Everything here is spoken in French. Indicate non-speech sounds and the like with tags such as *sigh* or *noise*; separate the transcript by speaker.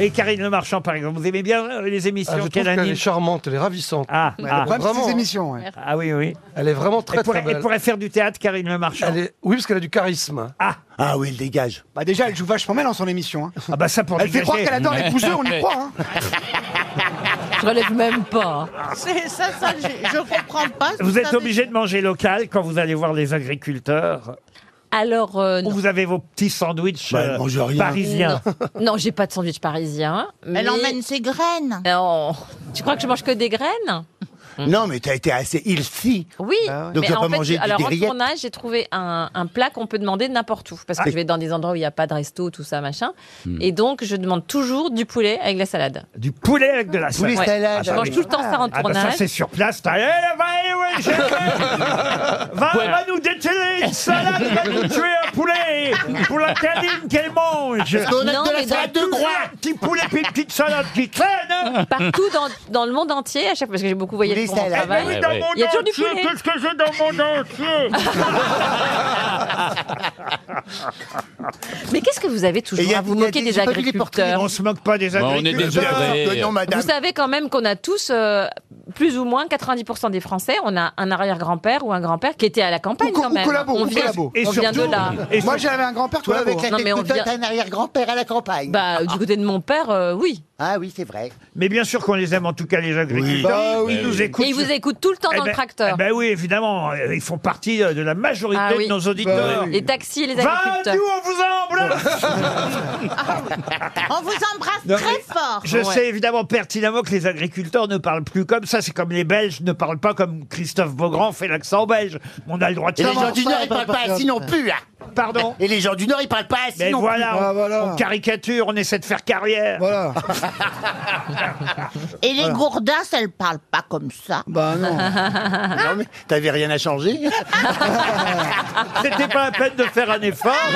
Speaker 1: Et Karine Le Marchand, par exemple, vous aimez bien euh, les
Speaker 2: Ah, je
Speaker 1: émissions
Speaker 2: trouve
Speaker 1: qu'elle
Speaker 2: qu'elle
Speaker 1: anime
Speaker 2: est charmante, elle est ravissante.
Speaker 1: ah,
Speaker 2: Elle est
Speaker 1: ah,
Speaker 3: Même
Speaker 2: vraiment,
Speaker 3: ces
Speaker 2: hein.
Speaker 3: émissions, ouais.
Speaker 1: ah oui, oui.
Speaker 2: Elle est vraiment très
Speaker 1: Elle pourrait,
Speaker 2: très belle.
Speaker 1: elle pourrait faire du théâtre, Karine Le Marchand.
Speaker 2: Elle est... Oui, parce qu'elle a du charisme.
Speaker 1: Ah,
Speaker 4: Ah oui, il dégage.
Speaker 3: Bah déjà, elle joue vachement mal dans son émission. hein.
Speaker 1: ah bah ça pour
Speaker 3: Elle fait croire
Speaker 1: dégager.
Speaker 3: qu'elle adore les bouseux, on y croit. hein.
Speaker 5: Je relève même pas.
Speaker 6: C'est ça, ça, je, je comprends pas.
Speaker 1: Vous êtes
Speaker 6: savez-
Speaker 1: obligé de manger local quand vous allez voir les agriculteurs.
Speaker 5: Alors, euh,
Speaker 1: Ou
Speaker 5: non,
Speaker 1: vous avez vos petits sandwichs
Speaker 4: Bah, elle
Speaker 1: euh,
Speaker 4: mange rien.
Speaker 1: parisiens.
Speaker 5: non, Non, j'ai pas de sandwich parisien. mais-
Speaker 6: Elle emmène ses graines.
Speaker 5: Non. Tu crois que je mange que des graines
Speaker 4: Non, mais t'as été assez healthy.
Speaker 5: Oui.
Speaker 6: Bah
Speaker 3: Ah ouais.
Speaker 4: Donc,
Speaker 5: mais
Speaker 4: tu vas
Speaker 5: en
Speaker 4: pas
Speaker 5: fait,
Speaker 4: manger
Speaker 5: j'ai-
Speaker 4: du
Speaker 5: alors en
Speaker 4: derrière.
Speaker 5: tournage, j'ai trouvé un, un plat qu'on peut demander n'importe où parce que
Speaker 1: Ah.
Speaker 5: je vais dans des endroits où il n'y a pas de resto, tout ça, machin.
Speaker 4: Hmm.
Speaker 5: Et donc, je demande toujours du poulet avec la salade.
Speaker 1: Du poulet avec de la salade.
Speaker 4: Poulet
Speaker 5: Ouais.
Speaker 4: salade.
Speaker 5: je
Speaker 4: ah
Speaker 5: mange
Speaker 4: oui.
Speaker 5: tout le temps ça en
Speaker 1: Ah bah
Speaker 5: tournage.
Speaker 1: ça c'est sur place. t'as- Eh, va, eh, ouais, j'ai- va, va nous dételer une salade, va nous tuer un poulet pour la canine qu'elle mange.
Speaker 5: qu'on a Non, de la mais dans- salade de
Speaker 1: Toujours
Speaker 5: groin.
Speaker 1: un Petit poulet puis une petite salade qui traîne.
Speaker 5: Partout dans, dans le monde entier, à chaque fois, parce que j'ai beaucoup voyagé
Speaker 4: Poulet
Speaker 5: pour mon
Speaker 4: salade. Ah
Speaker 1: Mais Eh
Speaker 5: travail.
Speaker 1: ben oui,
Speaker 7: Eh
Speaker 1: dans mon
Speaker 5: Il y a toujours du
Speaker 1: entier,
Speaker 5: poulet.
Speaker 1: Qu'est-ce que j'ai dans mon
Speaker 5: *laughs*
Speaker 1: entier
Speaker 5: Mais qu'est-ce que vous avez
Speaker 4: Et il y
Speaker 5: toujours
Speaker 4: a-
Speaker 5: à vous
Speaker 4: il y a
Speaker 5: moquer
Speaker 4: des-
Speaker 5: des
Speaker 4: j'ai pas vu les
Speaker 5: agriculteurs
Speaker 1: On se moque pas des
Speaker 7: Bon, on est
Speaker 1: agriculteurs.
Speaker 7: désolé.
Speaker 4: Non, madame.
Speaker 5: Vous savez quand même qu'on a tous, euh, plus ou moins 90% des Français, on a un arrière-grand-père ou un grand-père qui était à la campagne
Speaker 3: Ou co-
Speaker 5: quand
Speaker 3: ou
Speaker 5: même.
Speaker 3: collabo,
Speaker 5: on
Speaker 3: ou
Speaker 5: vient,
Speaker 3: collabo.
Speaker 1: Et
Speaker 5: on vient de
Speaker 1: surtout- euh,
Speaker 5: là.
Speaker 1: Et
Speaker 3: Moi,
Speaker 1: surtout-
Speaker 3: j'avais un grand-père, toi,
Speaker 4: Toi,
Speaker 3: avec
Speaker 4: avec la
Speaker 5: Non,
Speaker 4: tête
Speaker 5: mais on
Speaker 4: toute haute,
Speaker 5: vient-
Speaker 4: un arrière-grand-père à la campagne.
Speaker 5: Bah, du côté de mon père, euh, oui.
Speaker 4: Ah oui, c'est vrai.
Speaker 1: Mais bien sûr qu'on les aime en tout cas les agriculteurs.
Speaker 3: Bah
Speaker 1: Ils nous écoutent.
Speaker 5: Et ils vous écoutent tout le temps
Speaker 1: Eh
Speaker 5: dans
Speaker 1: ben-
Speaker 5: le tracteur.
Speaker 1: eh ben oui, évidemment, euh, ils font partie euh, de la majorité
Speaker 5: Ah oui.
Speaker 1: de nos auditeurs.
Speaker 3: Bah oui.
Speaker 5: Les taxis et les
Speaker 1: Va,
Speaker 5: agriculteurs.
Speaker 1: nous, on vous embrasse
Speaker 6: Ah
Speaker 4: *laughs*
Speaker 6: On vous embrasse
Speaker 1: Non,
Speaker 6: très
Speaker 1: mais-
Speaker 6: fort.
Speaker 1: Je
Speaker 5: Ouais.
Speaker 1: sais évidemment pertinemment que les agriculteurs ne parlent plus comme ça. C'est comme les Belges ne parlent pas comme Christophe Beaugrand fait l'accent belge. On a le droit de
Speaker 4: Et les
Speaker 1: savoir.
Speaker 4: gens du Nord, ils parlent pas ainsi non plus. hein.
Speaker 1: Pardon
Speaker 4: Et les gens du Nord, ils parlent pas ainsi
Speaker 1: Mais
Speaker 4: non
Speaker 1: voilà,
Speaker 3: Ah,
Speaker 1: on,
Speaker 3: voilà.
Speaker 1: on caricature, on essaie de faire carrière.
Speaker 3: Voilà.
Speaker 6: Et les gourdasses, elles parlent pas comme ça.
Speaker 3: Bah non.
Speaker 4: plus. hein. Non, mais t'avais rien à changer.
Speaker 1: C'était pas la peine de faire un effort.